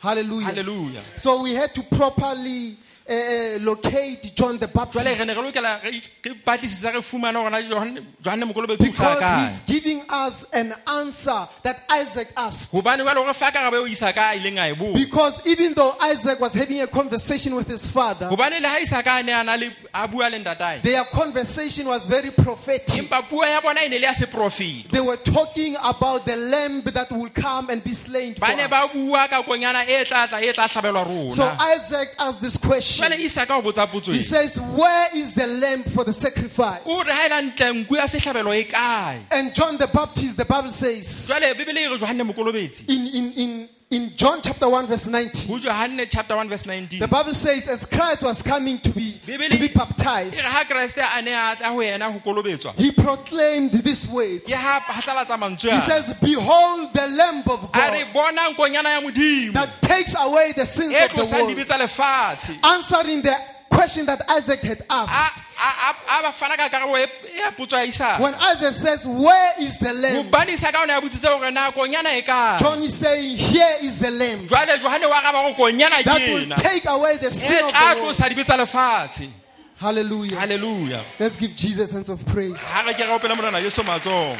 Speaker 2: Hallelujah.
Speaker 1: halleluja
Speaker 2: So we had to properly uh, uh, locate John the
Speaker 1: jwale re
Speaker 2: Baptist
Speaker 1: ne re lokela re re batlisisa re fumana gona johanne mokolobetsi o hlaha
Speaker 2: because
Speaker 1: kae
Speaker 2: he's giving us an answer that Isaac asked.
Speaker 1: gobane jale gore fa karabe o isaka a ileng a e bo
Speaker 2: Because even though Isaac was having a conversation with his father,
Speaker 1: gobane le ga isaka a ne a na le a bua le ntatae
Speaker 2: their conversation was very prophetic.
Speaker 1: empa puo ya bona e ne le ya seporofete
Speaker 2: They were talking about the lamb that will come and be slain for
Speaker 1: ba ne ba
Speaker 2: us.
Speaker 1: bua ka konyana e tlatla e tla tlhabelwa
Speaker 2: So
Speaker 1: rona e
Speaker 2: Isaac asked this
Speaker 1: jale
Speaker 2: question.
Speaker 1: isaka o botsa potso
Speaker 2: He
Speaker 1: e.
Speaker 2: says, Where is the lamb for the sacrifice?
Speaker 1: o re ga e la ntle nku ya setlhabelo e kae
Speaker 2: And John the Baptist, the Bible says
Speaker 1: jale bebele e re johanne mokolobetsi
Speaker 2: in, in, in, in John chapter 1, verse 19,
Speaker 1: go johanne chapter 1 verse
Speaker 2: the
Speaker 1: 19
Speaker 2: Bible says, As Christ was coming to be,
Speaker 1: Bibele-
Speaker 2: to be
Speaker 1: e
Speaker 2: baptized,
Speaker 1: re ga keresete a ne a tla go ena go kolobetswa
Speaker 2: he proclaimed this words.
Speaker 1: ke ga phatlalatsa
Speaker 2: He
Speaker 1: mantswe ana.
Speaker 2: says, Behold the Lamb of
Speaker 1: a re
Speaker 2: God
Speaker 1: bona nkonyana ya modimo
Speaker 2: that takes away the sins
Speaker 1: e
Speaker 2: of the
Speaker 1: tlosang dibe
Speaker 2: world.
Speaker 1: tsa lefatshe
Speaker 2: Answering the question that Isaac had
Speaker 1: a
Speaker 2: asked.
Speaker 1: a- a- a ba fana ka karabo e e ya potso ya isaka
Speaker 2: When Isaac says, Where is the Lamb?
Speaker 1: gobane isaka o ne a botsitse gore na konyana e kae
Speaker 2: John is saying, Here is the Lamb
Speaker 1: jwale johane wa raba go konyana
Speaker 2: that will
Speaker 1: kena
Speaker 2: take away the
Speaker 1: e
Speaker 2: sin of
Speaker 1: tla
Speaker 2: the world.
Speaker 1: tlosa dibe tsa lefatshe
Speaker 2: Hallelujah.
Speaker 1: halleluja
Speaker 2: Let's give Jesus hands of praise.
Speaker 1: ga re ke reopela monana yeso matsogo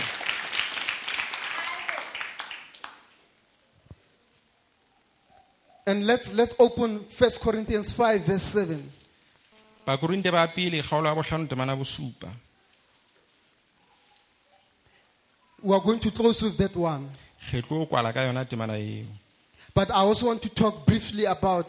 Speaker 2: And let's let's open 1 Corinthians 5, verse 7.
Speaker 1: bakorinte ba pele kgaolo ya botlhano temana bosupa
Speaker 2: We are going to close with that one.
Speaker 1: kgetlo o kwala ka yona temana eo
Speaker 2: But I also want to talk briefly about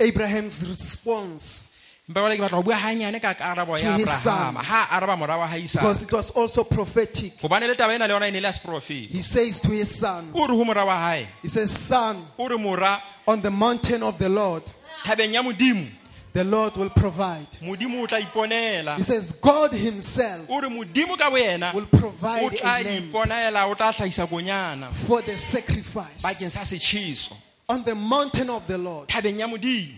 Speaker 2: Abraham's response.
Speaker 1: empa jale ke batla go bua ganyane ka karabo ya
Speaker 2: To his son.
Speaker 1: abrahama ga a araba morago ga isaka
Speaker 2: Because it was also prophetic.
Speaker 1: gobane le taba ena le yona e ne e le ya seporofeta
Speaker 2: He says to his son,
Speaker 1: o re go mora wa gae
Speaker 2: He says, Son,
Speaker 1: o re mora
Speaker 2: on the mountain of the Lord,
Speaker 1: thabeng ya modimo
Speaker 2: the Lord will provide.
Speaker 1: modimo o tla iponela
Speaker 2: He says, God Himself
Speaker 1: o re modimo ka boena
Speaker 2: will
Speaker 1: o
Speaker 2: provide
Speaker 1: tla
Speaker 2: a lamb
Speaker 1: iponaela o tla tlhagisa konyana
Speaker 2: for the
Speaker 1: bakeng
Speaker 2: sacrifice
Speaker 1: sa setšhiso
Speaker 2: on the mountain of the Lord.
Speaker 1: thabeng ya modimo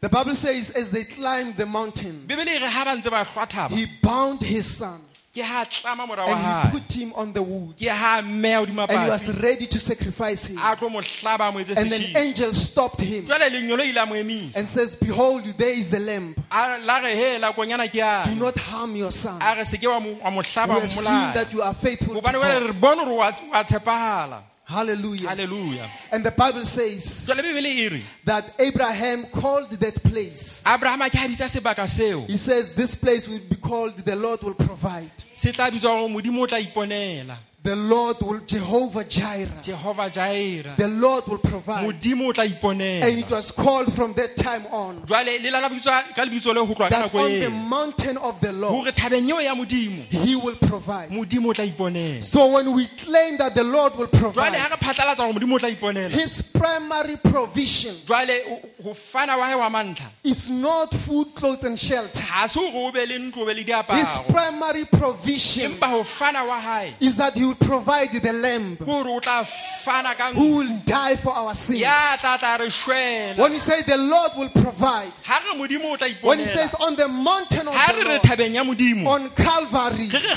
Speaker 2: The Bible says, as they climbed the mountain,
Speaker 1: bebele e re ga ba ntse ba hlwa thaba
Speaker 2: he bound his son
Speaker 1: ke ga tlama mora wa
Speaker 2: and he
Speaker 1: gae
Speaker 2: put him on the wood
Speaker 1: ke ga mmea hodima
Speaker 2: and he was
Speaker 1: patsi
Speaker 2: ready to sacrifice him.
Speaker 1: a tlo mo hlaba a mo etse
Speaker 2: And an
Speaker 1: setšhiso
Speaker 2: angel stopped him
Speaker 1: jale lenyolo ile a mo emisa
Speaker 2: and says, Behold, there is the lamb.
Speaker 1: a la re hela konyana ke
Speaker 2: Do
Speaker 1: ano
Speaker 2: not harm your son.
Speaker 1: a re seke wa mo wa mo
Speaker 2: We
Speaker 1: hlaba wa
Speaker 2: have
Speaker 1: mo
Speaker 2: seen
Speaker 1: molaya
Speaker 2: that you are faithful. To
Speaker 1: gobane jale
Speaker 2: God.
Speaker 1: re bone gore wa tshepagala
Speaker 2: Hallelujah.
Speaker 1: halleluja
Speaker 2: And the Bible says
Speaker 1: jale bebele e re
Speaker 2: that Abraham called that place.
Speaker 1: abrahama ke a bitsa sebaka seo
Speaker 2: He says, This place will be called the Lord will provide.
Speaker 1: se tla bitswa gore modimo o tla iponela
Speaker 2: The Lord will Jehovah Jireh.
Speaker 1: jehova jaira
Speaker 2: The Lord will provide.
Speaker 1: modimo o tla
Speaker 2: And it
Speaker 1: iponela
Speaker 2: was called from that time on
Speaker 1: jwale le lala bitswa ka lebitso le go tloa ka
Speaker 2: that
Speaker 1: nako
Speaker 2: on the
Speaker 1: eo
Speaker 2: mountain of the Lord,
Speaker 1: gore thabeng eo ya modimo
Speaker 2: He will provide.
Speaker 1: modimo o tla iponela
Speaker 2: So when we claim that the Lord will
Speaker 1: jwale ga
Speaker 2: provide,
Speaker 1: re phatlalatsa gore modimo o tla iponela
Speaker 2: His primary provision
Speaker 1: jwale o- go fana wa he wa mantlha
Speaker 2: is not food, clothes, and shelter.
Speaker 1: ga se gore o be le ntlo o be le
Speaker 2: His
Speaker 1: diaparo
Speaker 2: primary provision
Speaker 1: empa go fana wa gae
Speaker 2: is that He will provide the lamb
Speaker 1: ke gore o tla fana ka
Speaker 2: who will die for our sins.
Speaker 1: ya tla tla re swela
Speaker 2: When we say the Lord will provide,
Speaker 1: ga re modimo o tla
Speaker 2: when he
Speaker 1: iponela
Speaker 2: says on the mountain of
Speaker 1: ha
Speaker 2: the
Speaker 1: re re
Speaker 2: Lord,
Speaker 1: thabeng ya modimo
Speaker 2: on Calvary,
Speaker 1: re re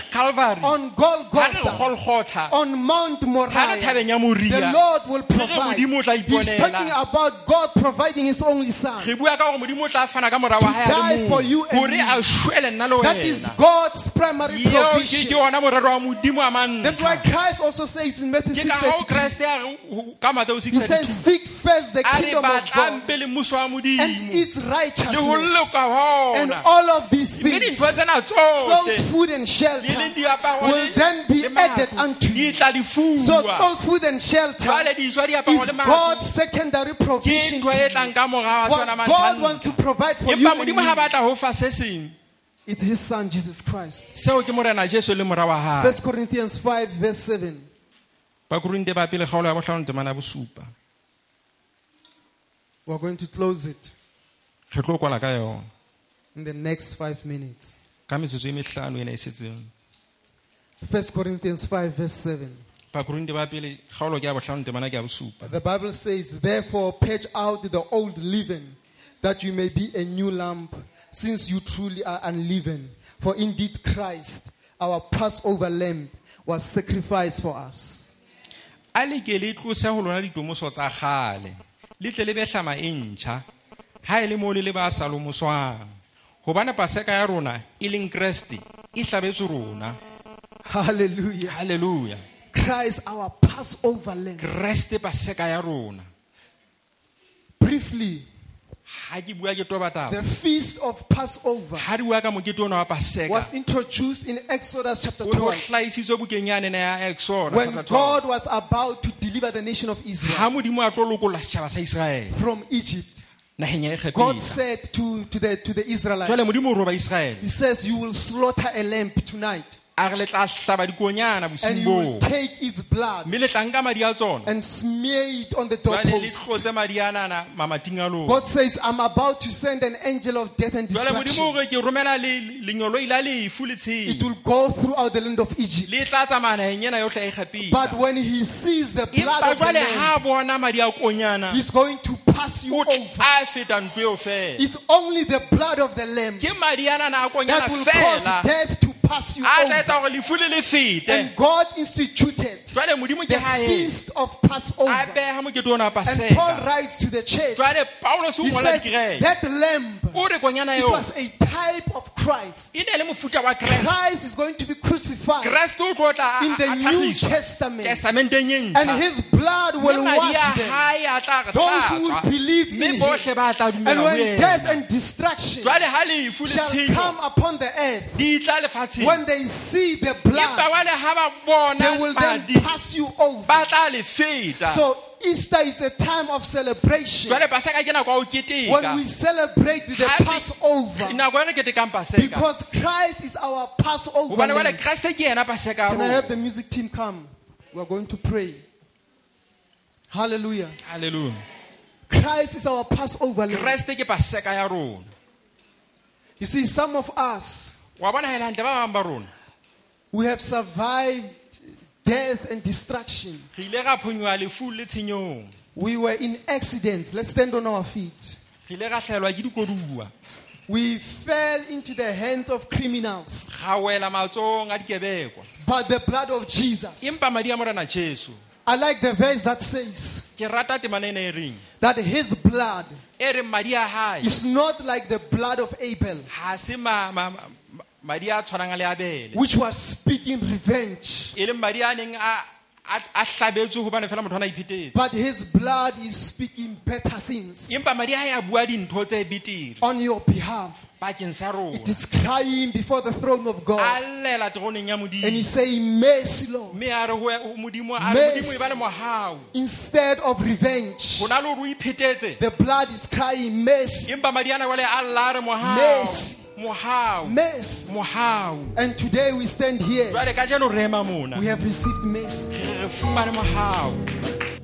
Speaker 2: on
Speaker 1: calvary ha re
Speaker 2: Golgotha,
Speaker 1: golgotha
Speaker 2: on Mount
Speaker 1: ha re
Speaker 2: Moriah,
Speaker 1: thabeng ya moria
Speaker 2: the Lord will
Speaker 1: re re
Speaker 2: provide.
Speaker 1: Modimo o tla
Speaker 2: He's
Speaker 1: iponela.
Speaker 2: talking about God providing His only Son.
Speaker 1: re bua ka gore modimo o tla fana ka mora
Speaker 2: To
Speaker 1: wa
Speaker 2: die for you and
Speaker 1: gore
Speaker 2: me.
Speaker 1: a swele nna le
Speaker 2: That is
Speaker 1: wena
Speaker 2: God's primary
Speaker 1: yeo ke- ke
Speaker 2: provision.
Speaker 1: ona morero wa modimo a mantle
Speaker 2: That's why
Speaker 1: tharo
Speaker 2: Christ also says in Matthew
Speaker 1: ke
Speaker 2: 6
Speaker 1: ka gao kreste a re ho- ka mateo
Speaker 2: He says,
Speaker 1: 6
Speaker 2: Seek first the
Speaker 1: a re
Speaker 2: kingdom of
Speaker 1: batlang
Speaker 2: God
Speaker 1: pele mmuso wa
Speaker 2: and
Speaker 1: modimo
Speaker 2: its
Speaker 1: le ho
Speaker 2: righteousness.
Speaker 1: loka
Speaker 2: And
Speaker 1: hona
Speaker 2: all of these
Speaker 1: mme
Speaker 2: things,
Speaker 1: dintho tsena tsohle
Speaker 2: clothes, food, and
Speaker 1: le leng
Speaker 2: shelter,
Speaker 1: diaparo
Speaker 2: will
Speaker 1: le-
Speaker 2: then be
Speaker 1: le mafu,
Speaker 2: added unto
Speaker 1: di
Speaker 2: you.
Speaker 1: tla di
Speaker 2: So,
Speaker 1: fuwa
Speaker 2: clothes, food, and shelter
Speaker 1: jale dijo diaparo
Speaker 2: is
Speaker 1: le mafu
Speaker 2: God's secondary
Speaker 1: ke
Speaker 2: provision.
Speaker 1: ntho e tlang ka morao ga
Speaker 2: What
Speaker 1: sona
Speaker 2: God wants to
Speaker 1: mantlha
Speaker 2: provide for you,
Speaker 1: empa
Speaker 2: and
Speaker 1: modimo ga
Speaker 2: me,
Speaker 1: batla ho fa se seng
Speaker 2: it's His Son, Jesus Christ.
Speaker 1: seo ke morena jesu le mora wa gae
Speaker 2: 1 Corinthians 5, verse 7.
Speaker 1: bakorinte ba pele kgaolo ya botlhano temana bosupa
Speaker 2: We're going to close it
Speaker 1: re tlo kwala ka yona
Speaker 2: in the next five minutes.
Speaker 1: ka metsotso e metlhano e ne e setseng
Speaker 2: 1 Corinthians 5, verse 7.
Speaker 1: bakorinte ba pele kgaolo ke ya botlhano temana ke ya bosupa
Speaker 2: The Bible says, Therefore, purge out the old leaven, that you may be a new lamp, since you truly are unleavened. For indeed, Christ, our Passover lamb, was sacrificed for us.
Speaker 1: a leke le tlose go lona ditomoso tsa gale le tle le betlhama e ntšha ga e le mo le le ba sa lomoswang gobane paseka ya rona e leng keresete e tlabetse rona
Speaker 2: Hallelujah.
Speaker 1: halleluja
Speaker 2: Christ, our Passover lamb.
Speaker 1: keresete paseka ya rona
Speaker 2: Briefly,
Speaker 1: ga ke bua ke tobataba
Speaker 2: the feast of Passover
Speaker 1: ga di bua ka mokete ona wa paseka
Speaker 2: was introduced in Exodus chapter
Speaker 1: o ne o
Speaker 2: 12
Speaker 1: tlhaisitswe bukeng ya nene ya
Speaker 2: when
Speaker 1: exoda
Speaker 2: God was about to deliver the nation of
Speaker 1: ga
Speaker 2: Israel
Speaker 1: modimo a tlo lokola setšhaba sa iseraele
Speaker 2: from Egypt.
Speaker 1: nageng ya e
Speaker 2: God
Speaker 1: kgepetsa
Speaker 2: said to, to, the, to the Israelites,
Speaker 1: jale modimo o roba iseraele
Speaker 2: He says, You will slaughter a lamb tonight,
Speaker 1: a re le tla tlhaba dikonyana
Speaker 2: and you will
Speaker 1: bosimbo
Speaker 2: take its blood
Speaker 1: mme le tla nka madi a tsona
Speaker 2: and smear it on the
Speaker 1: jale le
Speaker 2: doorpost.
Speaker 1: tlotse madi a nana mamating a lona
Speaker 2: God says, I'm about to send an angel of death and
Speaker 1: jale modimo o
Speaker 2: destruction.
Speaker 1: re ke romela le- le- lenyolo ile a lefu le
Speaker 2: It
Speaker 1: tshenyo
Speaker 2: will go throughout the land of Egypt.
Speaker 1: le tla tsamaya nageng ena yotlhe e
Speaker 2: But
Speaker 1: kgapetsa
Speaker 2: when he sees the blood
Speaker 1: empa
Speaker 2: of the
Speaker 1: jale
Speaker 2: lamb,
Speaker 1: ga a bona madi a konyana
Speaker 2: he's going to pass you
Speaker 1: o
Speaker 2: over.
Speaker 1: tla feta ntlo eo fela
Speaker 2: It's only the blood of the lamb
Speaker 1: ke madi a nana a konyana
Speaker 2: that will
Speaker 1: fela
Speaker 2: cause death to pass you
Speaker 1: a tla
Speaker 2: over.
Speaker 1: etsa gore lefu le le fete
Speaker 2: And God instituted
Speaker 1: jwale modimo ke
Speaker 2: the
Speaker 1: ha ena.
Speaker 2: feast of Passover.
Speaker 1: a beha mokete ona wa
Speaker 2: And Paul
Speaker 1: paseka
Speaker 2: writes to the church.
Speaker 1: jwale paulus o
Speaker 2: He
Speaker 1: ngola
Speaker 2: says
Speaker 1: dikereke
Speaker 2: that lamb,
Speaker 1: o re konyana
Speaker 2: it
Speaker 1: eo
Speaker 2: was a type of Christ.
Speaker 1: e ne le mofuta wa kereste
Speaker 2: Christ is going to be crucified
Speaker 1: kereste o tlo tla a-
Speaker 2: in the
Speaker 1: a
Speaker 2: New
Speaker 1: tlhagiswa
Speaker 2: Testament,
Speaker 1: testamenteng e
Speaker 2: and
Speaker 1: ntšha
Speaker 2: his blood
Speaker 1: mme
Speaker 2: will
Speaker 1: madi a
Speaker 2: wash them.
Speaker 1: hae a tla re
Speaker 2: Those who would
Speaker 1: hlatswa.
Speaker 2: believe in
Speaker 1: mme
Speaker 2: him.
Speaker 1: bohle ba tla
Speaker 2: And
Speaker 1: dumela ho
Speaker 2: when death
Speaker 1: yena
Speaker 2: and destruction
Speaker 1: jwale ha lefu le
Speaker 2: shall come
Speaker 1: tshenyo
Speaker 2: upon the earth,
Speaker 1: di tla lefatsheng
Speaker 2: when they see the
Speaker 1: empa
Speaker 2: blood,
Speaker 1: jwale ha ba
Speaker 2: they
Speaker 1: bona
Speaker 2: will then
Speaker 1: madi
Speaker 2: pass you over.
Speaker 1: ba tla le feta
Speaker 2: So Easter is a time of celebration.
Speaker 1: jwale paseka ke nako ya ho
Speaker 2: When
Speaker 1: keteka
Speaker 2: we celebrate the
Speaker 1: Ha re-
Speaker 2: Passover,
Speaker 1: nako e re ketekang paseka
Speaker 2: because Christ is our Passover.
Speaker 1: gobane
Speaker 2: lamb.
Speaker 1: jale keresete ke yena paseka ya
Speaker 2: Can I
Speaker 1: rona
Speaker 2: have the music team come? We are going to pray. Hallelujah.
Speaker 1: halleluja
Speaker 2: Christ is our Passover Lamb.
Speaker 1: keresete ke paseka ya rona
Speaker 2: You see, some of us,
Speaker 1: wa bona hela ntle ba bang ba rona
Speaker 2: we have survived death and destruction.
Speaker 1: re ile ga phonyoa lefu le tshenyong
Speaker 2: We were in accidents. Let's stand on our feet.
Speaker 1: re ile ga tlhaelwa ke dikodua
Speaker 2: We fell into the hands of criminals.
Speaker 1: ga wela matsong a dikebekwa
Speaker 2: But the blood of Jesus.
Speaker 1: empa madi a morena jesu
Speaker 2: I like the verse that says
Speaker 1: ke rata temana e ne e reng
Speaker 2: that his blood
Speaker 1: e reng madi a gae
Speaker 2: is not like the blood of Abel,
Speaker 1: ga se ma- ma- ma- ma- madi a tshwanang le abele
Speaker 2: which was speaking revenge.
Speaker 1: e leng madi a neng a a- a tlabetswe gobane fela motho a na iphetetse
Speaker 2: But his blood is speaking better things
Speaker 1: empa madi a ya bua dintho tse betere
Speaker 2: on your behalf.
Speaker 1: bakeng sa
Speaker 2: It
Speaker 1: rona
Speaker 2: is crying before the throne of
Speaker 1: a
Speaker 2: God.
Speaker 1: llela teroneng ya modimo
Speaker 2: And he's saying, Mercy, Lord.
Speaker 1: mme a re ho- ho modimo a re
Speaker 2: Mercy.
Speaker 1: modimo e ba le mogau
Speaker 2: Instead of revenge,
Speaker 1: go na le gore o iphetetse
Speaker 2: the blood is crying, Mercy,
Speaker 1: empa madi ana jale a lla a re
Speaker 2: Mercy.
Speaker 1: mogau mogau
Speaker 2: mercy.
Speaker 1: mogau
Speaker 2: And today we stand here.
Speaker 1: jale ka jalo rema mona
Speaker 2: We have received mercy.
Speaker 1: re re fumane mogau